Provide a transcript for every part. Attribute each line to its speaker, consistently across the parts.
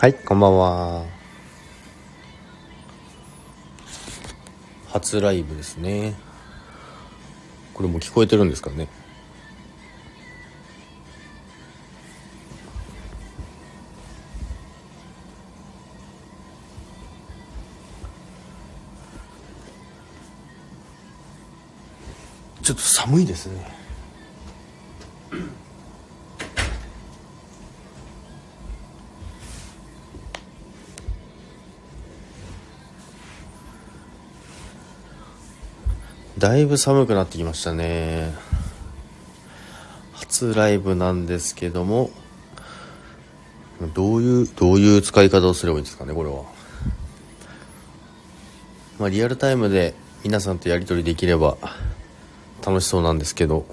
Speaker 1: はい、こんばんは。
Speaker 2: 初ライブですねこれもう聞こえてるんですかねちょっと寒いですねだいぶ寒くなってきましたね初ライブなんですけどもどういうどういう使い方をすればいいんですかねこれはまあリアルタイムで皆さんとやり取りできれば楽しそうなんですけど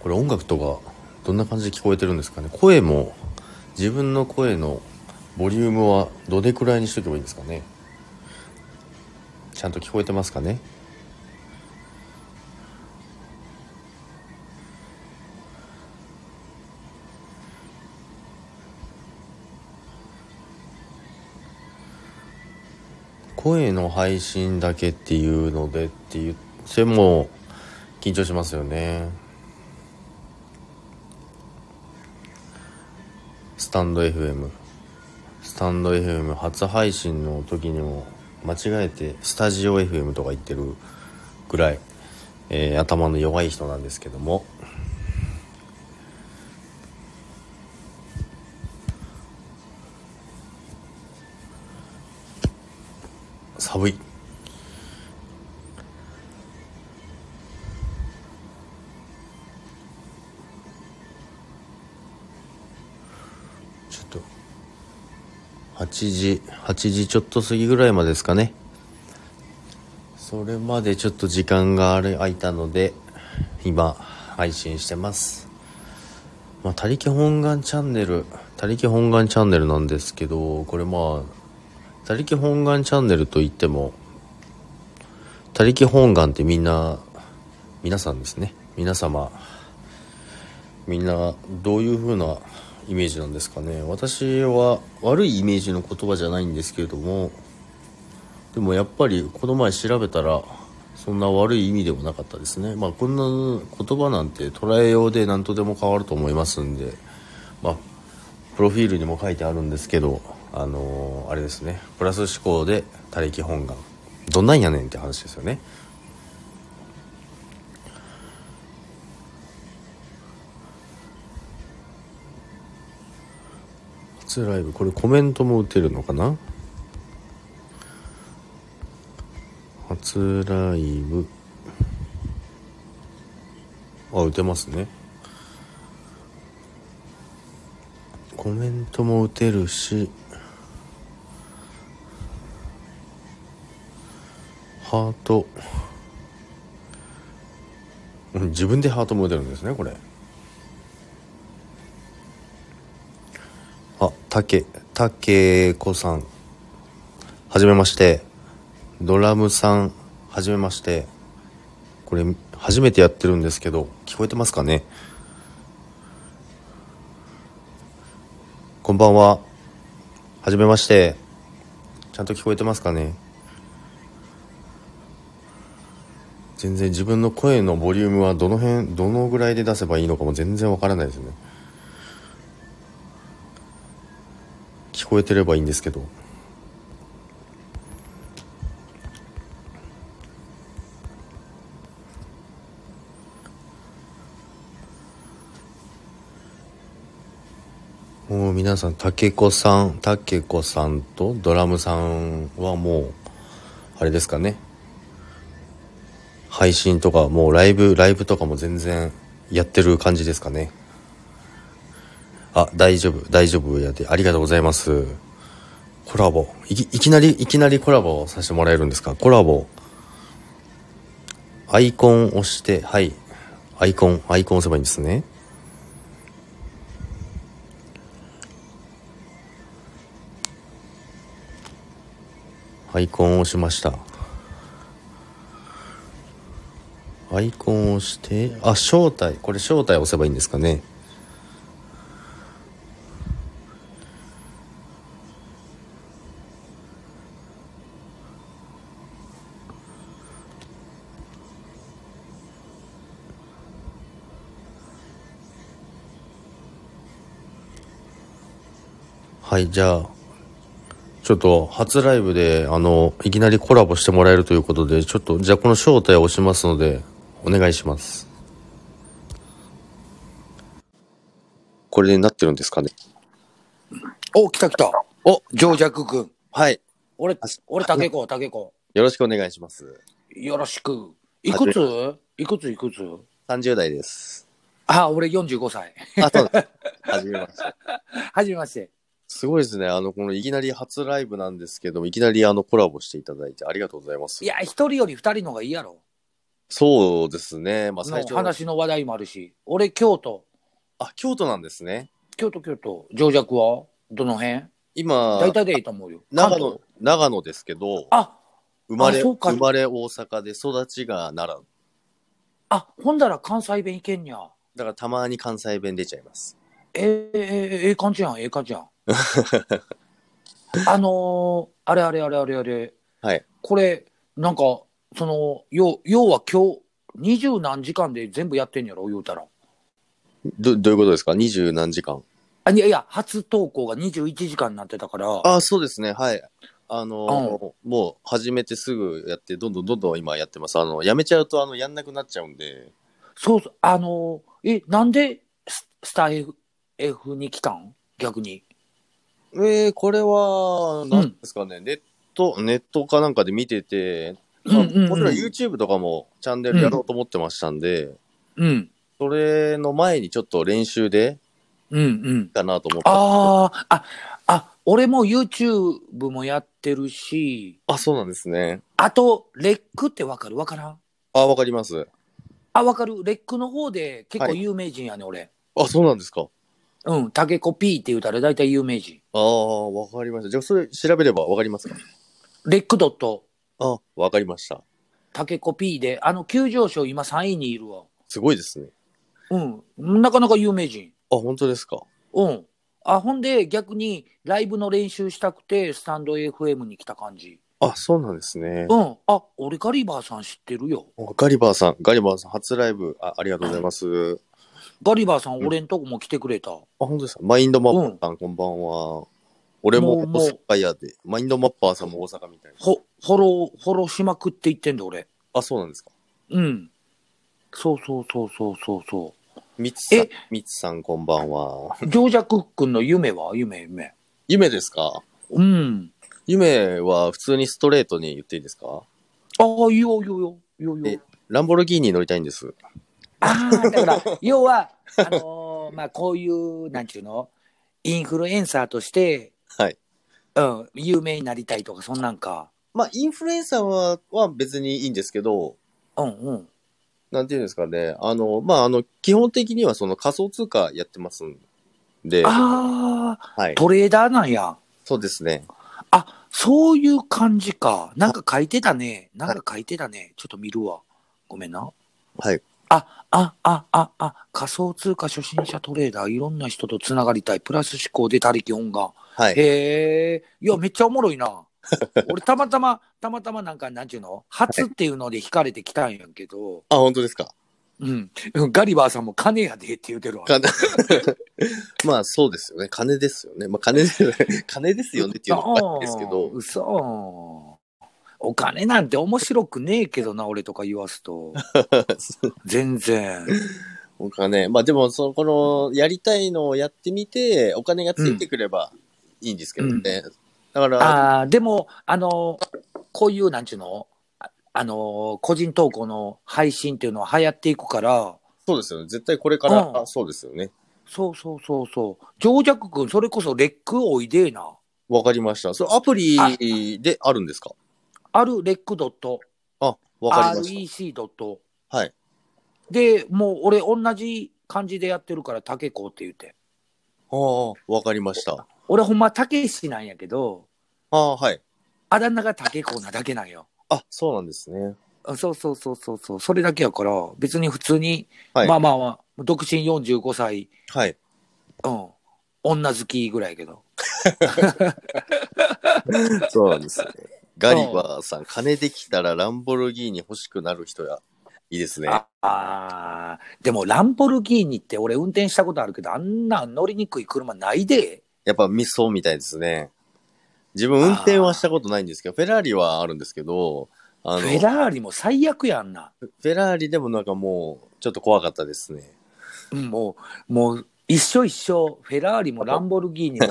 Speaker 2: これ音楽とかどんな感じで聞こえてるんですかね声も自分の声のボリュームはどれくらいにしとけばいいんですかねちゃんと聞こえてますかね声の配信だけっていうのでって言っても緊張しますよねスタンド FM スタンド FM 初配信の時にも間違えてスタジオ FM とか言ってるぐらい、えー頭の弱い人なんですけども寒いちょっと8時8時ちょっと過ぎぐらいまでですかねそれまでちょっと時間があれ空いたので今配信してますまあ「他力本願チャンネル」「他力本願チャンネル」なんですけどこれまあ「他力本願チャンネル」といっても「他力本願」ってみんな皆さんですね皆様みんなどういう風なイメージなんですかね私は悪いイメージの言葉じゃないんですけれどもでもやっぱりこの前調べたらそんな悪い意味でもなかったですねまあこんな言葉なんて捉えようで何とでも変わると思いますんでまあプロフィールにも書いてあるんですけどあのーあれですねプラス思考で「他力本願」どんなんやねんって話ですよね初ライブこれコメントも打てるのかな初ライブあ打てますねコメントも打てるしハートうん自分でハートも打てるんですねこれあたけたけこさんはじめましてドラムさんはじめましてこれ初めてやってるんですけど聞こえてますかねこんばんは。はじめまして。ちゃんと聞こえてますかね全然自分の声のボリュームはどの辺、どのぐらいで出せばいいのかも全然わからないですね。聞こえてればいいんですけど。もう皆さん、たけこさん、たけこさんとドラムさんはもう、あれですかね。配信とか、もうライブ、ライブとかも全然やってる感じですかね。あ、大丈夫、大丈夫やで、ありがとうございます。コラボ。いきいきなり、いきなりコラボさせてもらえるんですかコラボ。アイコン押して、はい。アイコン、アイコン押せばいいんですね。アイコンを押しましたアイコンを押してあ招待これ招待押せばいいんですかねはい、じゃあ、ちょっと初ライブで、あの、いきなりコラボしてもらえるということで、ちょっと、じゃあこの招待を押しますので、お願いします。これでなってるんですかね
Speaker 1: お、来た来た。
Speaker 2: お
Speaker 1: 上弱君。
Speaker 2: はい。
Speaker 1: 俺、俺、竹子、竹子。
Speaker 2: よろしくお願いします。
Speaker 1: よろしく。いくついくついくつ
Speaker 2: 30代です。
Speaker 1: あ、俺45歳。
Speaker 2: あと、はじめまして。
Speaker 1: はじめまして。
Speaker 2: すごいですね。あの、このいきなり初ライブなんですけども、いきなりあのコラボしていただいてありがとうございます。
Speaker 1: いや、一人より二人の方がいいやろ。
Speaker 2: そうですね。まあ最
Speaker 1: の
Speaker 2: 初、
Speaker 1: 話の話題もあるし。俺、京都。
Speaker 2: あ、京都なんですね。
Speaker 1: 京都、京都。上弱はどの辺
Speaker 2: 今、
Speaker 1: 大体でいいと思うよ。
Speaker 2: 長
Speaker 1: 関東
Speaker 2: 野。、長野ですけど、
Speaker 1: あ、
Speaker 2: 生まれ、
Speaker 1: あそうか
Speaker 2: 生まれ大阪で育ちが奈良。
Speaker 1: あ、ほんだら関西弁いけんにゃ。
Speaker 2: だからたまに関西弁出ちゃいます。
Speaker 1: えー、えーええ感じやん、ええ感じやん。あのー、あれあれあれあれあれ。
Speaker 2: はい。
Speaker 1: これ、なんか、その、要要は今日、二十何時間で全部やってんやろ、言うたら。
Speaker 2: ど、どういうことですか二十何時間。
Speaker 1: あいやいや、初投稿が21時間になってたから、
Speaker 2: あ、そうですね。はい。あの、もう始めてすぐやって、どんどんどんどん今やってます。あの、やめちゃうと、あの、やんなくなっちゃうんで。
Speaker 1: そうそう、あのー、え、なんでススタイフ F に来たん逆に。
Speaker 2: えー、これは、
Speaker 1: ん
Speaker 2: なんですかね、ネット、ネットかなんかで見てて、まあ
Speaker 1: うんうんうん
Speaker 2: もちろん YouTube とかもチャンネルやろうと思ってましたんで、
Speaker 1: うん、
Speaker 2: それの前にちょっと練習で
Speaker 1: うん、うん。
Speaker 2: かなと思って。
Speaker 1: あーあ、あ、俺も YouTube もやってるし、
Speaker 2: あ、そうなんですね。
Speaker 1: あと、レックってわかるわからん
Speaker 2: あ、わかります。
Speaker 1: あ、わかる。レックの方で結構
Speaker 2: はい
Speaker 1: 有名人やね、俺。
Speaker 2: あ、そうなんですか。
Speaker 1: うん、タケコ P って言うたら大体有名人。
Speaker 2: ああ、わかりました。じゃあ、それ調べればわかりますか
Speaker 1: レックドット、
Speaker 2: あ、わかりました。
Speaker 1: タケコ P で、あの、急上昇今3位にいるわ。
Speaker 2: すごいですね。
Speaker 1: うん、なかなか有名人。
Speaker 2: あ、本当ですか。
Speaker 1: うん。あ、ほんで逆にライブの練習したくて、スタンド FM に来た感じ。
Speaker 2: あ、そうなんですね。
Speaker 1: うん。あ、俺ガリバーさん知ってるよ。
Speaker 2: ガリバーさん、ガリバーさん、初ライブ、あありがとうございます。
Speaker 1: ガリバーさん、
Speaker 2: うん
Speaker 1: 俺んとこも来てくれた。
Speaker 2: あ、本当ですか。マインドマッパーさん、こんばんは。俺も
Speaker 1: もうもう
Speaker 2: 大阪やで。マインドマッパーさんも大阪みたいな。
Speaker 1: ほ、フォロー、フォローしまくって言ってんだ、俺。
Speaker 2: あ、そうなんですか。
Speaker 1: うん。そうそうそうそうそうそう。
Speaker 2: みつさん
Speaker 1: え、
Speaker 2: みつさん、こんばんは。
Speaker 1: 上弱君の夢は夢夢。
Speaker 2: 夢ですか
Speaker 1: うん。
Speaker 2: 夢は普通にストレートに言っていいですか
Speaker 1: ああ、いいよいいよいいよいい
Speaker 2: え
Speaker 1: よ。
Speaker 2: ランボルギーニに乗りたいんです。
Speaker 1: ああ、だ から、要は、あのーまあ、こういう、なんちゅうの、インフルエンサーとして、
Speaker 2: はい。
Speaker 1: うん、有名になりたいとか、そんなんか。
Speaker 2: まあ、インフルエンサーはは別にいいんですけど、
Speaker 1: うんうん。
Speaker 2: なんていうんですかね。あの、まあ、あの、基本的にはその仮想通貨やってますんで、
Speaker 1: ああ、
Speaker 2: はい。
Speaker 1: トレーダーなんや。
Speaker 2: そうですね。
Speaker 1: あ、そういう感じか。なんか書いてたね。なんか書いてたね。ちょっと見るわ。ごめんな。
Speaker 2: はい。
Speaker 1: あ、あ、あ、あ、あ、仮想通貨初心者トレーダー、いろんな人とつながりたい。プラス思考で他力本願。
Speaker 2: はい。
Speaker 1: へえ、いや、めっちゃおもろ いな。俺、たまたま、たまたまなんか、なんちゅうの初っていうので惹かれてきたんやけど、
Speaker 2: あ、本当ですか。
Speaker 1: うん。ガリバーさんも金やでって言うてるわ。
Speaker 2: 金まあそうですよね。金ですよね。 まあ金で、金ですよねっていうのもあるんですけど、
Speaker 1: 嘘。お金なんて面白くねえけどな、俺とか言わ すと。全然。
Speaker 2: お金。まあでも、その、この、やりたいのをやってみて、お金がついてくればいいんですけどね。
Speaker 1: うん
Speaker 2: だから、
Speaker 1: ああ、でも、あの、こういう、なんちゅうのああの、個人投稿の配信っていうのは流行っていくから、
Speaker 2: そうですよね。絶対これから、
Speaker 1: うん
Speaker 2: あそうですよね。そう。
Speaker 1: そうそうそうそう。上弱君、それこそレックおいでえな。
Speaker 2: わかりました。それアプリであるんですか
Speaker 1: あるレックドット。
Speaker 2: あ、わかりまし
Speaker 1: REC ドット。
Speaker 2: た。はい。
Speaker 1: で、もう俺同じ感じでやってるから、タケコって言って。
Speaker 2: ああ、わかりました。
Speaker 1: 俺ほんまタケシなんやけど、
Speaker 2: ああ、はい。
Speaker 1: あだ名がタケコなだけなんよ。
Speaker 2: あ、そうなんですね。
Speaker 1: あそうそうそうそうそう。それだけやから、別に普通に、
Speaker 2: はい
Speaker 1: まあまあまあ、独身45歳、
Speaker 2: はい。
Speaker 1: うん、女好きぐらいやけど。
Speaker 2: そうなんですね。ガリバーさん、金できたらランボルギーニ欲しくなる人や。いいですね。
Speaker 1: ああー、でもランボルギーニって俺運転したことあるけど、あんな乗りにくい車ないで。
Speaker 2: やっぱミソみたいですね。自分運転はしたことないんですけど、フェラーリはあるんですけど、あの、
Speaker 1: フェラーリも最悪やんな。
Speaker 2: フェラーリでもなんかもう、ちょっと怖かったですね。
Speaker 1: うんもう、もう、一緒一緒、フェラーリもランボルギー ニも、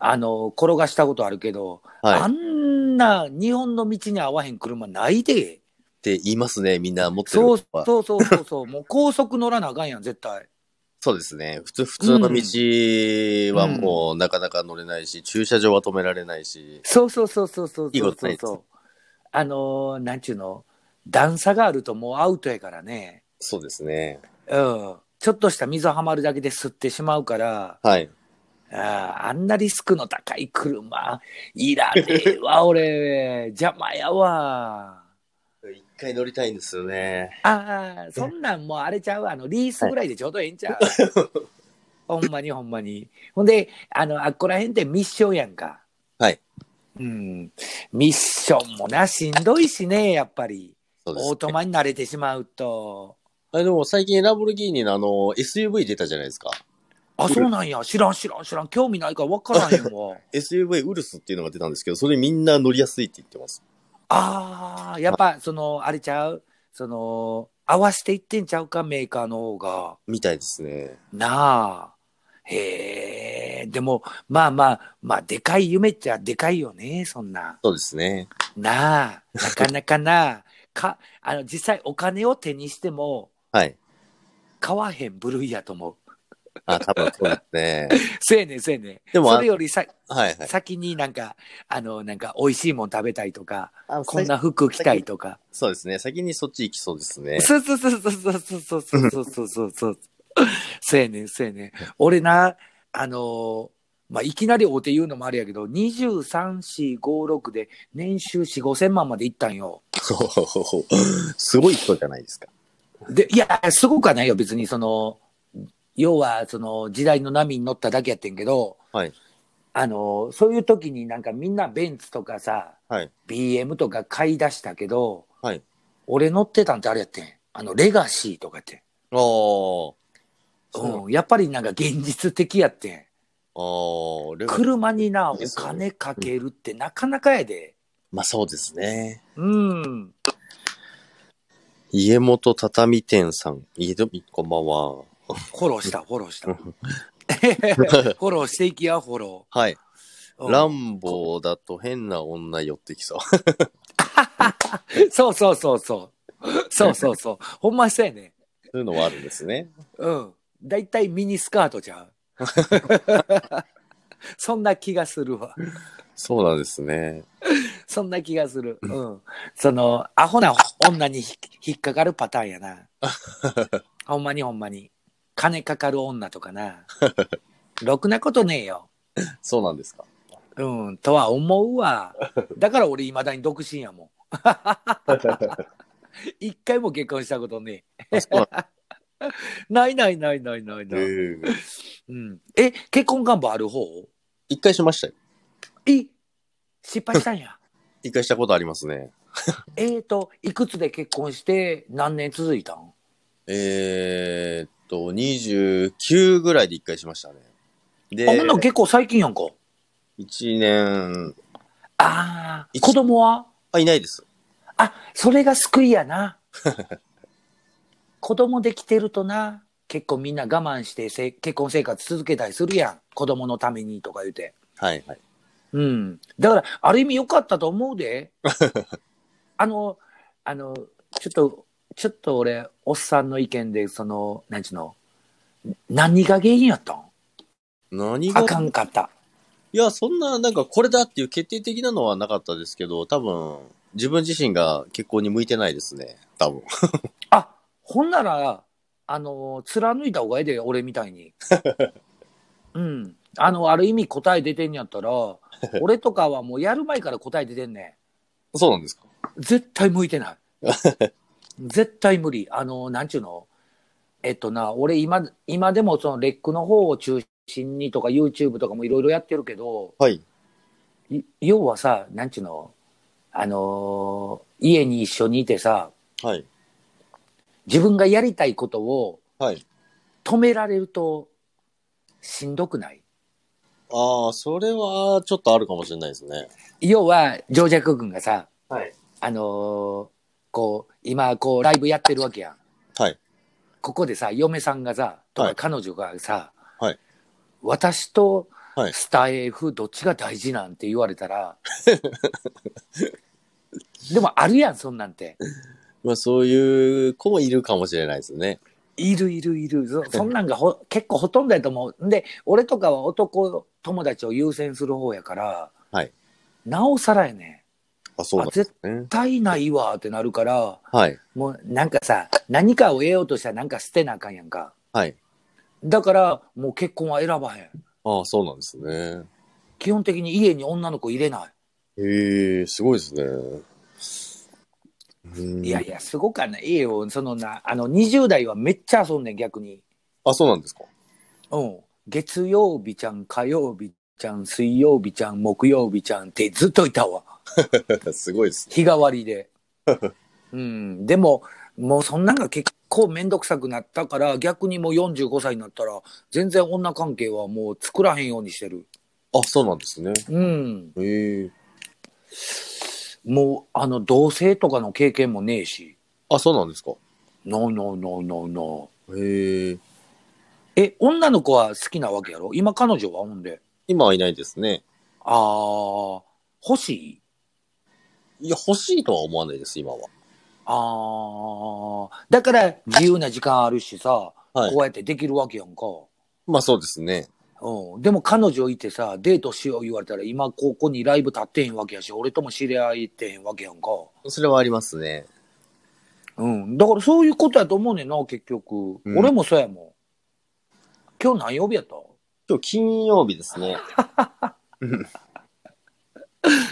Speaker 1: あの、転がしたことあるけど、あ
Speaker 2: はい。っ
Speaker 1: んな日本の道に合わへん車ないで。
Speaker 2: て言いますね、みんな持ってる
Speaker 1: そう
Speaker 2: 人は。
Speaker 1: そうそうそう そう、もう高速乗らなあかんやん、絶対。
Speaker 2: そうですね。普通、普通の道はもうなかなか乗れないし、駐車場は止められないし、
Speaker 1: そうそうそうそうそう
Speaker 2: いい
Speaker 1: そ
Speaker 2: こ
Speaker 1: う
Speaker 2: と
Speaker 1: そ
Speaker 2: ないうです
Speaker 1: あのーなんちゅうの、段差があるともうアウトやからね。
Speaker 2: そうですね。
Speaker 1: うん。ちょっとした水はまるだけで吸ってしまうから、
Speaker 2: はい。
Speaker 1: あーあんなリスクの高い車、いらね えわ、俺、邪魔やわ。
Speaker 2: 一回乗りたいんですよね。
Speaker 1: ああ、そんなんもうあれちゃう、あの、リースぐらいでちょうどええんちゃう。 ほんまにほんまに。ほんで、あの、あっこらへんってミッションやんか。
Speaker 2: はい。
Speaker 1: うん。ミッションもな、しんどいしね、やっぱり。
Speaker 2: そうです、
Speaker 1: オートマに慣れてしまうと。
Speaker 2: あでも最近ランボルギーニのあの、SUV 出たじゃないですか。
Speaker 1: あ、そうなんや。知らん知らん知らん。興味ないから分からんよ。もう
Speaker 2: SUV ウルスっていうのが出たんですけど、それみんな乗りやすいって言ってます。
Speaker 1: ああ、やっぱ、その、あれちゃう。その、合わせていってんちゃうか、メーカーの方が。
Speaker 2: みたいですね。
Speaker 1: なあ。へえ。でも、まあまあ、まあ、でかい夢っちゃでかいよね、そんな。
Speaker 2: そうですね。
Speaker 1: なあ。なかなかな。か、あ の、実際お金を手にしても、
Speaker 2: はい。
Speaker 1: 買わへん部類やと思う。
Speaker 2: あ、多分そうですね。
Speaker 1: せやねん、せやねん。
Speaker 2: でもあ
Speaker 1: それよりさ、
Speaker 2: はいはい。
Speaker 1: 先になんか、あの、なんか、美味しいもん食べたいとか、
Speaker 2: あ
Speaker 1: こんな服着たいとか。
Speaker 2: そうですね。先にそっち行きそうですね。
Speaker 1: そうそうそうそうそうそうそうそうそうそうそう。そうやねん、そうやねん。俺な、あのーまあ、いきなり大手言うのもあれやけど、23、4、5、6で年収4、5千万までいったんよ。
Speaker 2: すごい人じゃないですか。
Speaker 1: で、いや、すごくはないよ、別にその、要は、その、時代の波に乗っただけやってんけど、
Speaker 2: はい。
Speaker 1: あのーそういう時になんかみんなベンツとかさ、
Speaker 2: はい。
Speaker 1: BM とか買い出したけど、
Speaker 2: はい
Speaker 1: 俺乗ってたんってあれやってん。あの、レガシーとかやってん。
Speaker 2: あーそう
Speaker 1: うん、やっぱりなんか現実的やってん。
Speaker 2: あー。レバ
Speaker 1: 車にな、お
Speaker 2: いいですよ
Speaker 1: 金かけるってなかなかやで。
Speaker 2: まあそうですね。
Speaker 1: うん。
Speaker 2: 家元畳店さん。家と、こんばんは。
Speaker 1: フォローした、フォローした。
Speaker 2: うん
Speaker 1: フォローしていきや、フォロ
Speaker 2: はい。
Speaker 1: ー。うん
Speaker 2: ランボーだと変な女寄ってきそう。
Speaker 1: そうそうそうそう。そうそうそう。ほんまそうやね。
Speaker 2: そういうのはあるんですね。
Speaker 1: うん。だいたいミニスカートじゃ ん。そんな気がするわ。
Speaker 2: そうなんですね。
Speaker 1: そんな気がする。うん。その、アホな女に引引っかかるパターンや な。ほんまにほんまに。金かかる女とか な。ろくなことねえよ。
Speaker 2: そうなんですか。
Speaker 1: うん、とは思うわ。 だから俺、いまだに独身や もん。一回も結婚したことね
Speaker 2: あそうなん
Speaker 1: え。ないないないないないない。
Speaker 2: だ
Speaker 1: うん、え、結婚願望ある方
Speaker 2: 一回しましたよ。
Speaker 1: え失敗したん や。
Speaker 2: 一回したことありますね。
Speaker 1: えーと、いくつで結婚して何年続いたん
Speaker 2: えー、っと、29ぐらいで一回しましたね。で、
Speaker 1: あほんなら結構最近やんか。
Speaker 2: 1年、
Speaker 1: ああ、
Speaker 2: 一
Speaker 1: 子供は
Speaker 2: あ、いないです。
Speaker 1: あ、それが救いや な。子供できてるとな、結構みんな我慢してせ結婚生活続けたりするやん。子供のためにとか言うて。
Speaker 2: はいはい。
Speaker 1: うん。だから、ある意味良かったと思う で。あの、あの、ちょっと、ちょっと俺、おっさんの意見で、その、なんちゅうの、何が原因やったん
Speaker 2: 何が
Speaker 1: あ、かんかった。
Speaker 2: いや、そんな、なんかこれだっていう決定的なのはなかったですけど、多分、自分自身が結婚に向いてないですね。多分。
Speaker 1: あ、ほんなら、あの、貫いた方がええで、俺みたいに。うん。あの、ある意味答え出てんやったら、俺とかはもうやる前から答え出てんね
Speaker 2: そうなんですか
Speaker 1: ん。絶対向いてない。絶対無理。あの、なんちゅうのえっとな、俺今、今でもそのレックの方を中心にとか YouTube とかもいろいろやってるけど、
Speaker 2: はい。
Speaker 1: い要はさ、なんちゅうのあのー家に一緒にいてさ、
Speaker 2: はい。
Speaker 1: 自分がやりたいことを
Speaker 2: はい。
Speaker 1: 止められるとしんどくない
Speaker 2: ああ、それはちょっとあるかもしれないですね。
Speaker 1: 要は、静寂軍がさ、
Speaker 2: はい。
Speaker 1: あのーこう、今、こう、ライブやってるわけやん。
Speaker 2: はい。
Speaker 1: ここでさ、嫁さんがさ、と
Speaker 2: は
Speaker 1: か
Speaker 2: い
Speaker 1: 彼女がさ、
Speaker 2: はい
Speaker 1: 私と
Speaker 2: はい
Speaker 1: スタイフどっちが大事なんて言われ たら、でもあるやん、そんなんて。
Speaker 2: まあそういう子もいるかもしれないですね。
Speaker 1: いるいる いる。そそんなんがほ結構ほとんどやと思う。んで、俺とかは男友達を優先する方やから、
Speaker 2: はい
Speaker 1: なおさらやね。
Speaker 2: あ、そうなん
Speaker 1: あ
Speaker 2: で
Speaker 1: 絶
Speaker 2: すね。
Speaker 1: 対ないわってなるから、
Speaker 2: はい。
Speaker 1: もうなんかさ、何かを得ようとしたらなんか捨てなあかんやんか。
Speaker 2: はい。
Speaker 1: だから、もう結婚は選ばへん。
Speaker 2: ああ、そうなんですね。
Speaker 1: 基本的に家に女の子入れな
Speaker 2: へえ、すごいですね。うん
Speaker 1: い。いやいや、すごかないよ。そのな、あの、20代はめっちゃ遊んでん、逆に。
Speaker 2: あ、そうなんですか。
Speaker 1: うん。月曜日ちゃん、火曜日ちゃん、水曜日ちゃん、木曜日ちゃんってずっといたわ。
Speaker 2: すごいですね。
Speaker 1: 日替わ りで。うん。でも、もうそんなんが結構めんどくさくなったから、逆にもう45歳になったら、全然女関係はもう作らへんようにしてる。
Speaker 2: あ、そうなんですね。
Speaker 1: うん。
Speaker 2: へえ。
Speaker 1: もう、あの、同性とかの経験もねえし。
Speaker 2: あ、そうなんですか。
Speaker 1: ノーノーノーノーノ
Speaker 2: へえ。
Speaker 1: ー。え、女の子は好きなわけやろ今彼女はほんで。
Speaker 2: 今はいないですね。
Speaker 1: あー、欲しい
Speaker 2: いや、欲しいとは思わないです、今は。
Speaker 1: あー。だから自由な時間あるしさ、
Speaker 2: はい
Speaker 1: こうやってできるわけやんか。
Speaker 2: まあそうですね。
Speaker 1: うん、でも彼女いてさ、デートしよう言われたら、今ここにライブ立ってへんわけやし、俺とも知り合いってへんわけやんか。
Speaker 2: それはありますね。
Speaker 1: うん。だからそういうことやと思うねんな、結局。
Speaker 2: うん
Speaker 1: 俺もそうやもん。今日何曜日やった
Speaker 2: 今日金曜日ですね。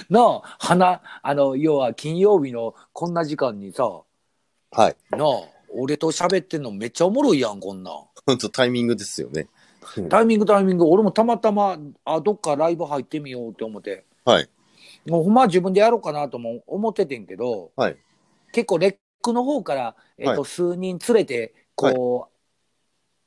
Speaker 1: なあ、花、あの、要は金曜日のこんな時間にさ、
Speaker 2: はい。
Speaker 1: なあ、俺と喋ってんのめっちゃおもろいやん、こんなん。
Speaker 2: 本当タイミングですよね。
Speaker 1: タイミングタイミング、俺もたまたま、あ、どっかライブ入ってみようって思って。
Speaker 2: はい。
Speaker 1: もうほんまは自分でやろうかなとも思っててんけど、
Speaker 2: はい
Speaker 1: 結構レックの方から、えっと
Speaker 2: は
Speaker 1: 数人連れてこ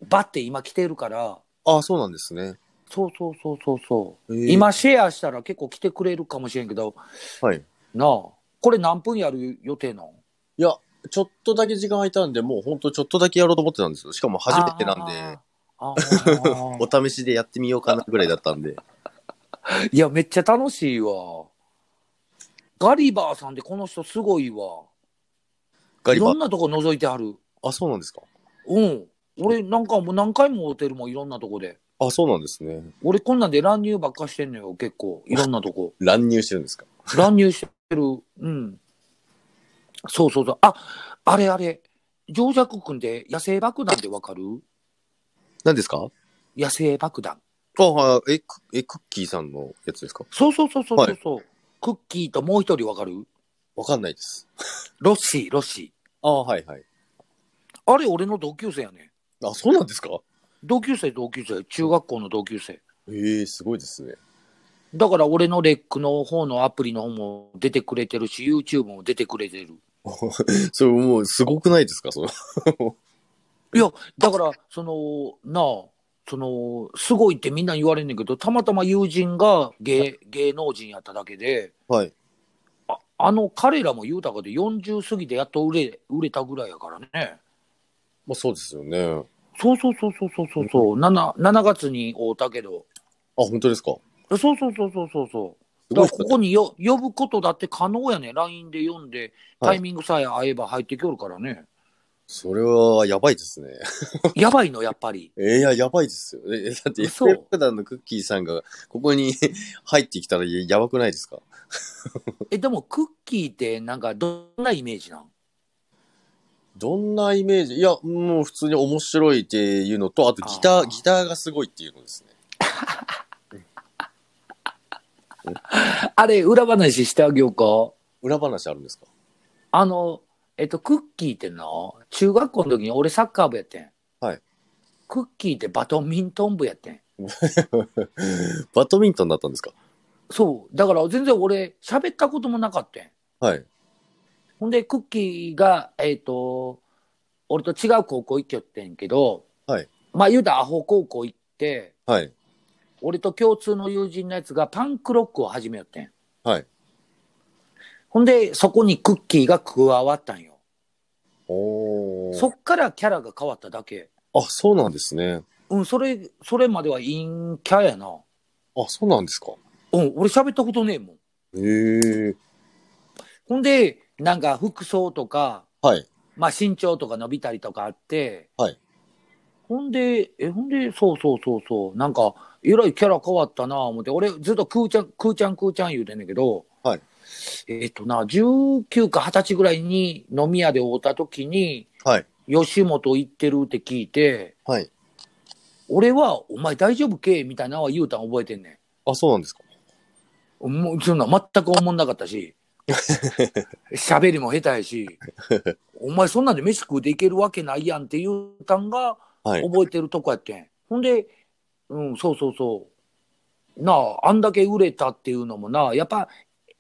Speaker 1: う、バッて今来てるから
Speaker 2: ああ、そうなんですね。
Speaker 1: そうそうそうそうそう、
Speaker 2: へえ
Speaker 1: 今シェアしたら結構来てくれるかもしれんけど
Speaker 2: はい。
Speaker 1: なあこれ何分やる予定なん
Speaker 2: いや、ちょっとだけ時間空いたんで、もう本当ちょっとだけやろうと思ってたんですよ。しかも初めてなんで、
Speaker 1: あーあ ー
Speaker 2: お試しでやってみようかなぐらいだったんで。
Speaker 1: いやめっちゃ楽しいわガリバーさんってこの人すごいわ
Speaker 2: ガ
Speaker 1: い
Speaker 2: リバ
Speaker 1: ろ
Speaker 2: ー
Speaker 1: ん。なとこ覗いてはる
Speaker 2: あ、そうなんですか。
Speaker 1: うん俺なんかもう何回も会うてるもんいろんなとこで
Speaker 2: あ、そうなんですね。
Speaker 1: 俺こんなんで乱入ばっかしてんのよ、結構。いろんな とこ。
Speaker 2: 乱入してるんですか。
Speaker 1: 乱入してる。うん。そうそうそう。あ、あれあれ。ジョージャク君で野生爆弾でわかる
Speaker 2: 何ですか
Speaker 1: 野生爆弾。
Speaker 2: ああ、え、クえクッキーさんのやつですか
Speaker 1: そうそうそうそうそうそう、クッキーともう一人わかる
Speaker 2: わかんないです。
Speaker 1: ロッシー、ロッシ
Speaker 2: ああ、はいはい。
Speaker 1: ー。あれ俺の同級生やねん。
Speaker 2: あ、そうなんですか
Speaker 1: 同級生、同級生。中学校の同級生。
Speaker 2: ええすごいですね。
Speaker 1: だから俺のレックの方のアプリの方も出てくれてるし、YouTube も出てくれてる。
Speaker 2: それもうすごくないですかその。
Speaker 1: いや、だから、その、なあ、その、すごいってみんな言われんねんけど、たまたま友人が芸芸能人やっただけで、
Speaker 2: はい。
Speaker 1: ああの、彼らも言うたかで40過ぎてやっと売れ、売れたぐらいやからね。
Speaker 2: まあそうですよね。あ、
Speaker 1: そうそうそうそうそうそうそう、7、7月に会うたけど、
Speaker 2: 本当ですか
Speaker 1: そうそうそうそうそうそう。
Speaker 2: す
Speaker 1: だ
Speaker 2: ごい
Speaker 1: からここによ呼ぶことだって可能やね。LINE で読んで、
Speaker 2: は
Speaker 1: タ
Speaker 2: い
Speaker 1: イミングさえ合えば入ってきよるからね。
Speaker 2: それはやばいですね。
Speaker 1: やばいの、やっぱり。
Speaker 2: えーいや、やばいですよ。え、えだって、
Speaker 1: 嘘
Speaker 2: SF 団のクッキーさんが、ここに 入ってきたらややばくないですか
Speaker 1: え、でも、クッキーってなんかどんなイメージなん
Speaker 2: どんなイメージいや、もう普通に面白いっていうのと、あとギタ
Speaker 1: あ
Speaker 2: ー、
Speaker 1: ー
Speaker 2: ギターがすごいっていうのですね。
Speaker 1: あれ、裏話してあげようか。
Speaker 2: 裏話あるんですか
Speaker 1: あの、えっと、クッキーってな、中学校の時に俺サッカー部やってん。
Speaker 2: はい。
Speaker 1: クッキーってバドミントン部やってん。
Speaker 2: バドミントンだったんですか
Speaker 1: そう。だから全然俺喋ったこともなかったん。
Speaker 2: はい。
Speaker 1: ほんで、クッキーが、えっ、と、俺と違う高校行きよってんけど、
Speaker 2: はい。
Speaker 1: まあ言うたらアホ高校行って、
Speaker 2: はい。
Speaker 1: 俺と共通の友人のやつがパンクロックを始めよってん。
Speaker 2: はい。
Speaker 1: ほんで、そこにクッキーが加わったんよ。
Speaker 2: お
Speaker 1: そっからキャラが変わっただけ。
Speaker 2: あ、そうなんですね。
Speaker 1: うん、それ、それまでは陰キャやな。
Speaker 2: あ、そうなんですか。
Speaker 1: うん、俺喋ったことねえもん。
Speaker 2: へえ。
Speaker 1: ほんで、なんか服装とか、
Speaker 2: はい。
Speaker 1: まあ身長とか伸びたりとかあって、
Speaker 2: はい。
Speaker 1: ほんで、え、ほんで、そうそうそうそう、なんか、えらいキャラ変わったなぁ思って、俺ずっとクーちゃん、クーちゃん、クーちゃん言うてんねんけど、
Speaker 2: はい。
Speaker 1: えっとな、19か20歳ぐらいに飲み屋で会うた時に、
Speaker 2: はい。
Speaker 1: 吉本行ってるって聞いて、
Speaker 2: はい。
Speaker 1: 俺は、お前大丈夫けみたいなのは言うたん覚えてんねん。
Speaker 2: あ、そうなんですか。
Speaker 1: もうそんな全く思んなかっ たし、喋りも下手やし、お前そんなんで飯食うていけるわけないやんっていうたんが
Speaker 2: はい。
Speaker 1: 覚えてるとこやってん。ほんで、うん、そうそうそう。なあ、あんだけ売れたっていうのもな、やっぱ、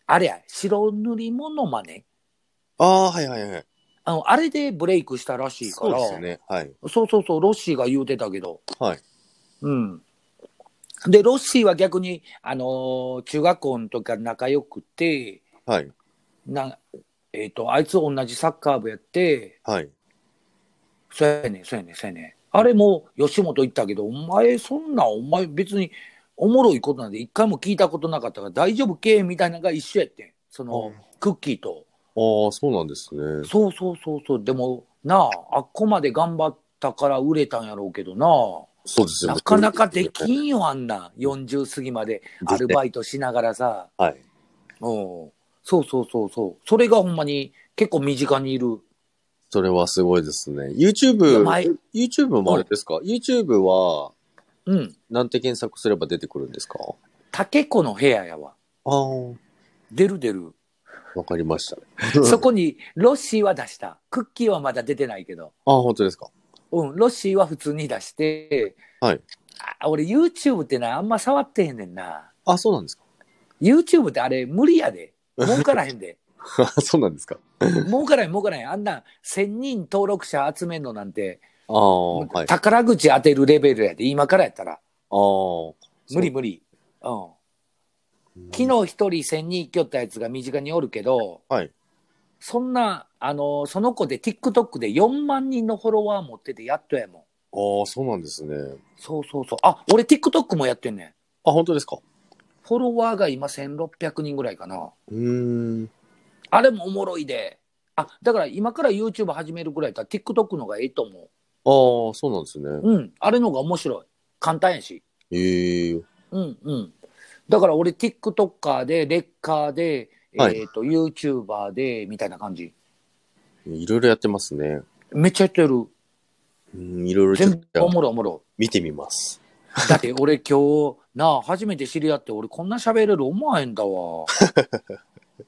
Speaker 1: あれや、白塗りものまね。
Speaker 2: ああ、はいはいはい。
Speaker 1: あの、あれでブレイクしたらしいか
Speaker 2: そう
Speaker 1: ら。
Speaker 2: ですよね。はい。
Speaker 1: そうそうそう、ロッシーが言うてたけど。
Speaker 2: はい。
Speaker 1: うん。で、ロッシーは逆に、あのー中学校の時から仲良くて、
Speaker 2: はい。
Speaker 1: な、えっ、と、あいつ同じサッカー部やって、
Speaker 2: はい。
Speaker 1: そうやねんそうやねんそうやねんあれも吉本行ったけど、お前そんな、お前別におもろいことなんで一回も聞いたことなかったから大丈夫けみたいなのが一緒やってん。その、クッキーと。
Speaker 2: ああ、そうなんですね。
Speaker 1: そうそうそうそう。でも、なあ、あっこまで頑張ったから売れたんやろうけどな。
Speaker 2: そうですよね。
Speaker 1: なかなかできんよ、あんな。40過ぎまでアルバイトしながらさ。
Speaker 2: はい。
Speaker 1: うん。そうそうそうそう。それがほんまに結構身近にいる。
Speaker 2: それはすごいですね。
Speaker 1: いや
Speaker 2: YouTube
Speaker 1: 前、
Speaker 2: YouTube もあれですか、?YouTube は、
Speaker 1: うん。
Speaker 2: なんて検索すれば出てくるんですか
Speaker 1: タケコの部屋やわ。
Speaker 2: ああ、
Speaker 1: 出る出る。
Speaker 2: わかりましたね。
Speaker 1: そこにロッシーは出した。クッキーはまだ出てないけど。
Speaker 2: ああ、本当ですか。
Speaker 1: うん、ロッシーは普通に出して。
Speaker 2: はい
Speaker 1: あ俺 YouTube ってな、あんま触ってへんねんな。
Speaker 2: あそうなんですか。
Speaker 1: YouTube ってあれ無理やで。儲からへ んで。
Speaker 2: あそうなんですか。
Speaker 1: 儲からへん儲からへん。あんな1000人登録者集めんのなんて、
Speaker 2: ああ、はい。あ
Speaker 1: 宝くじ当てるレベルやで。今からやったら。
Speaker 2: あ、
Speaker 1: 無理無理。うん。昨
Speaker 2: 日。
Speaker 1: 日一人千人行きよったやつが身近におるけど、
Speaker 2: はい
Speaker 1: そんな、あの、その子で TikTok で4万人のフォロワー持っててやっとやも
Speaker 2: あ
Speaker 1: ん。
Speaker 2: あ、そうなんですね。
Speaker 1: そうそうそう。あ、俺 TikTok もやってんねん。
Speaker 2: あ、本当ですか。
Speaker 1: フォロワーが今1600人ぐらいかな。
Speaker 2: うーん。
Speaker 1: あれもおもろいで。あ、だから今から YouTube 始めるぐらいだったら TikTok のがええと思
Speaker 2: ああ、そうなんですね。
Speaker 1: う。うん。あれのが面白い。簡単やし。
Speaker 2: ええ
Speaker 1: うんうん。だから俺 TikToker で、レッカーで、
Speaker 2: はい
Speaker 1: えっ、と、YouTuber で、みたいな感じ。
Speaker 2: いろいろやってますね。
Speaker 1: めっちゃやってる。
Speaker 2: うん、いろいろちょっ
Speaker 1: 全部お
Speaker 2: と
Speaker 1: もろいおもろ
Speaker 2: 見てみます。
Speaker 1: い。だって俺今日、なあ、初めて知り合って俺こんな喋れる思わへんだ わ。な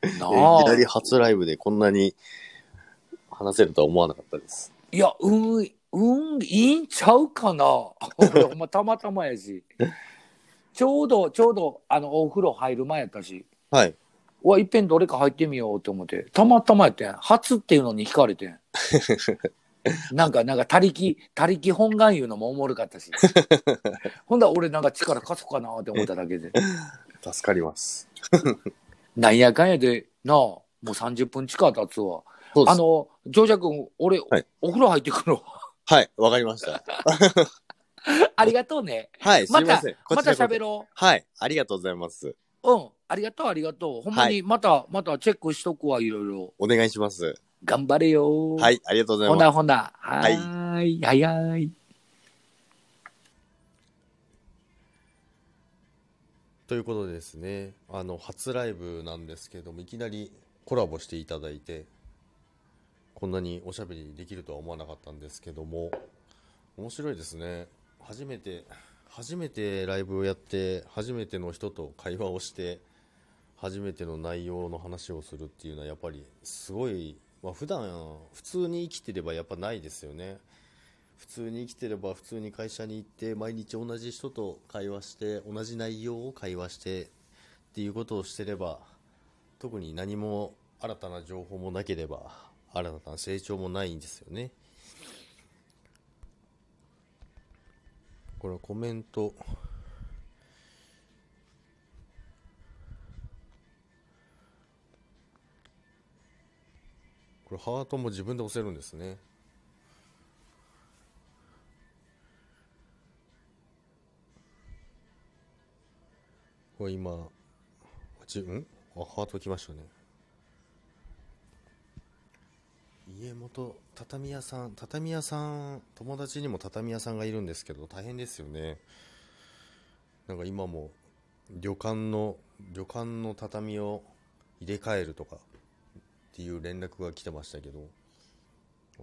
Speaker 2: えーいき
Speaker 1: あ
Speaker 2: な。り初ライブでこんなに話せるとは思わなかったです。
Speaker 1: いや、うん、うん、いいんちゃうかな。俺ほんまたまたまやし。ちょうど、ちょうど、あの、お風呂入る前やったし。
Speaker 2: はい。
Speaker 1: うわ、いっぺんどれか入ってみようと思って。たまたまやってん。初っていうのに惹かれ てん。なんか、なんか、他力、他力本願言うのもおもろか ったし。ほんだら俺なんか力貸そうかなって思っただけで。
Speaker 2: 助かります。
Speaker 1: なんやかんやで、なあ、もう30分近く経つわ。
Speaker 2: そうで
Speaker 1: あ
Speaker 2: す。
Speaker 1: の、ジョージャ君、俺、
Speaker 2: はい
Speaker 1: お風呂入ってくる わ。
Speaker 2: はい、わかりました。
Speaker 1: ありがとうね。
Speaker 2: はい、す
Speaker 1: ま
Speaker 2: みま
Speaker 1: た
Speaker 2: せん。、こ
Speaker 1: ま
Speaker 2: ち
Speaker 1: た
Speaker 2: らこそ
Speaker 1: 喋ろ
Speaker 2: はい、ありがとうございます。
Speaker 1: う。うん、ありがとう、ありがとう。ほんまに、また、またチェックしとくわ、いろいろ。
Speaker 2: お願いします。
Speaker 1: 頑張れよ。
Speaker 2: は。い、ありがとうござい
Speaker 1: ほ
Speaker 2: ます。
Speaker 1: なほな。は
Speaker 2: はい
Speaker 1: ーい、はやーい。
Speaker 2: ということでですね、あの、初ライブなんですけども、いきなりコラボしていただいて、こんなにおしゃべりできるとは思わなかったんですけども、面白いですね。初めて、初めてライブをやって、初めての人と会話をして、初めての内容の話をするっていうのはやっぱりすごい、まあ、普段普通に生きてればやっぱないですよね普通に生きてれば普通に会社に行って毎日同じ人と会話して同じ内容を会話してっていうことをしてれば特に何も新たな情報もなければ新たな成長もないんですよねこれコメントこれハートも自分で押せるんですねこれ今自分あハート来ましたね家元畳屋さん畳屋さん友達にも畳屋さんがいるんですけど大変ですよねなんか今も旅館の旅館の畳を入れ替えるとかっていう連絡が来てましたけど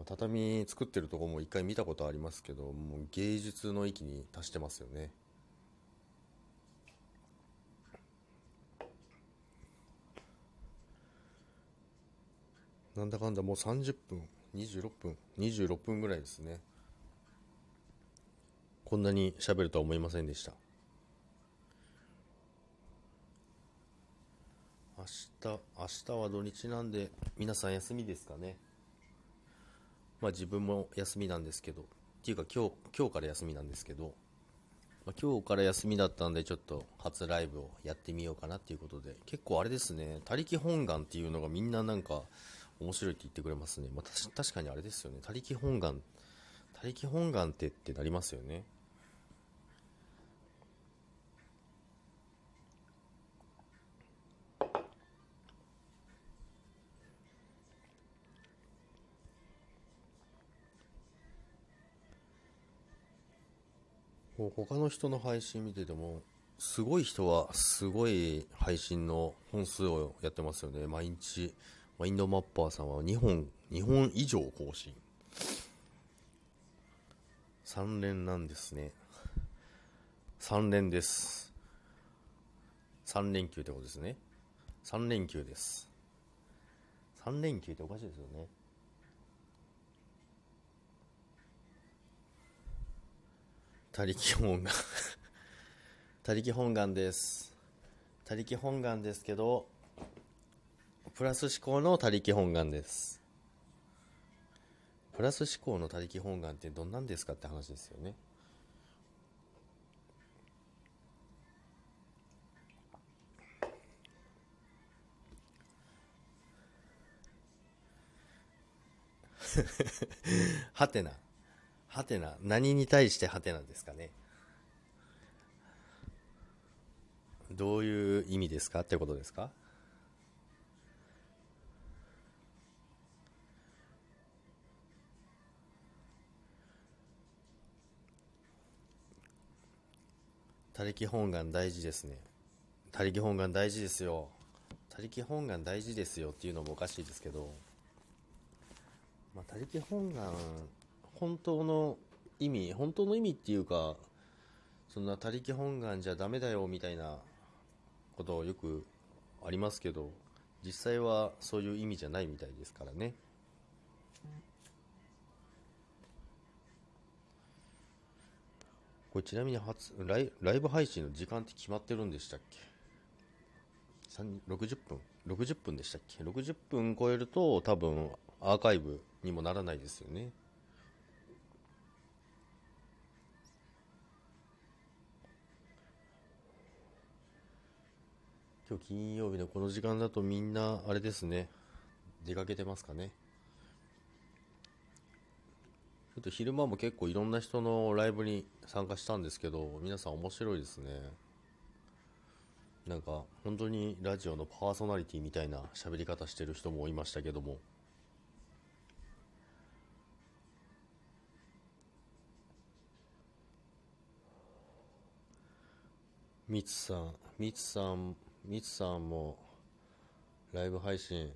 Speaker 2: 畳作ってるとこも一回見たことありますけどもう芸術の域に達してますよねなんだかんだもう30分26分26分ぐらいですねこんなに喋るとは思いませんでした明日明日は土日なんで皆さん休みですかねまあ自分も休みなんですけどっていうか今日今日から休みなんですけど、まあ、今日から休みだったんでちょっと初ライブをやってみようかなっていうことで結構あれですね「他力本願」っていうのがみんななんか面白いって言ってくれますね、まあ、たし確かにあれですよね「他力本願」「他力本願って」ってなりますよねもう他の人の配信見てても、すごい人はすごい配信の本数をやってますよね。毎日、マインドマッパーさんは2本、2本以上更新。3連なんですね。3連です。3連休ってことですね。3連休です。3連休っておかしいですよね。他力本願 他力本願です他力本願ですけどプラス思考の他力本願ですプラス思考の他力本願ってどんなんですかって話ですよね はてなはてな。何に対してはてなですかね。どういう意味ですかってことですか他力本願大事ですね。他力本願大事ですよ。他力本願大事ですよっていうのもおかしいですけど。まあ、他力本願本当の意味本当の意味っていうかそんな他力本願じゃダメだよみたいなことよくありますけど実際はそういう意味じゃないみたいですからねこれちなみに初ライライブ配信の時間って決まってるんでしたっけ3 60分60分でしたっけ60分超えると多分アーカイブにもならないですよね今日金曜日のこの時間だとみんなあれですね出かけてますかねちょっと昼間も結構いろんな人のライブに参加したんですけど皆さん面白いですねなんか本当にラジオのパーソナリティみたいな喋り方してる人もいましたけどもみつさん、みつさん、みつさんも、ライブ配信、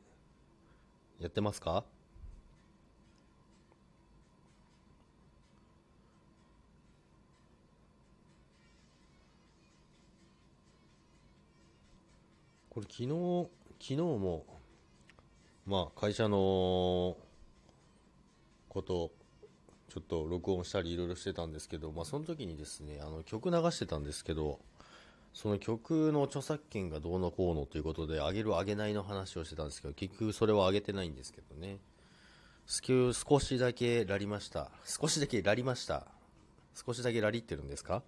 Speaker 2: やってますかこれ昨日、昨日も、まあ会社のこと、ちょっと録音したりいろいろしてたんですけど、まあその時にですね、あの曲流してたんですけど、その曲の著作権がどうのこうのということで、上げる上げないの話をしてたんですけど、結局それは上げてないんですけどね。すき少しだけラリました。少しだけラリました。少しだけラリってるんですか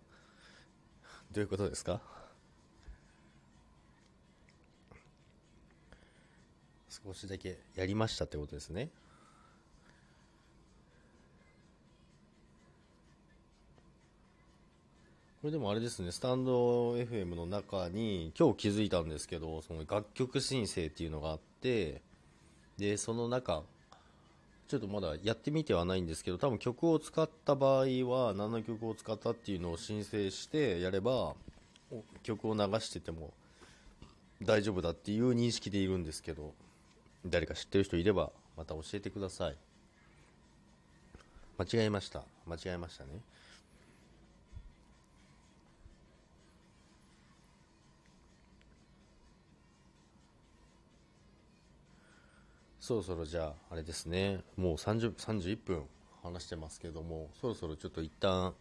Speaker 2: どういうことですか少しだけやりましたってことですね。これでもあれですね、スタンド FM の中に、今日気づいたんですけど、その楽曲申請っていうのがあって、で、その中、ちょっとまだやってみてはないんですけど、多分曲を使った場合は、何の曲を使ったっていうのを申請してやれば、お曲を流してても大丈夫だっていう認識でいるんですけど、誰か知ってる人いれば、また教えてください。間違えました。間違えましたね。そろそろじゃあ、あれですね、もう30 31分話してますけども、そろそろちょっと一旦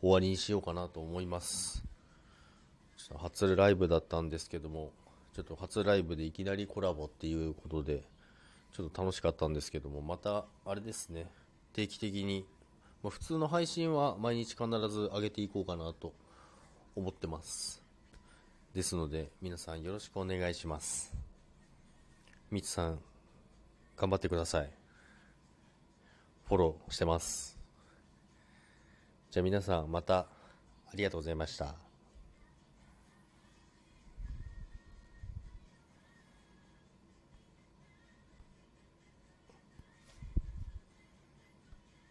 Speaker 2: 終わりにしようかなと思います。ちょっと初ライブだったんですけども、ちょっと初ライブでいきなりコラボっていうことで、ちょっと楽しかったんですけども、また、あれですね、定期的に、まあ、普通の配信は毎日必ず上げていこうかなと思ってます。ですので、皆さんよろしくお願いします。みつさん、頑張ってください。フォローしてます。じゃあ皆さんまたありがとうございました。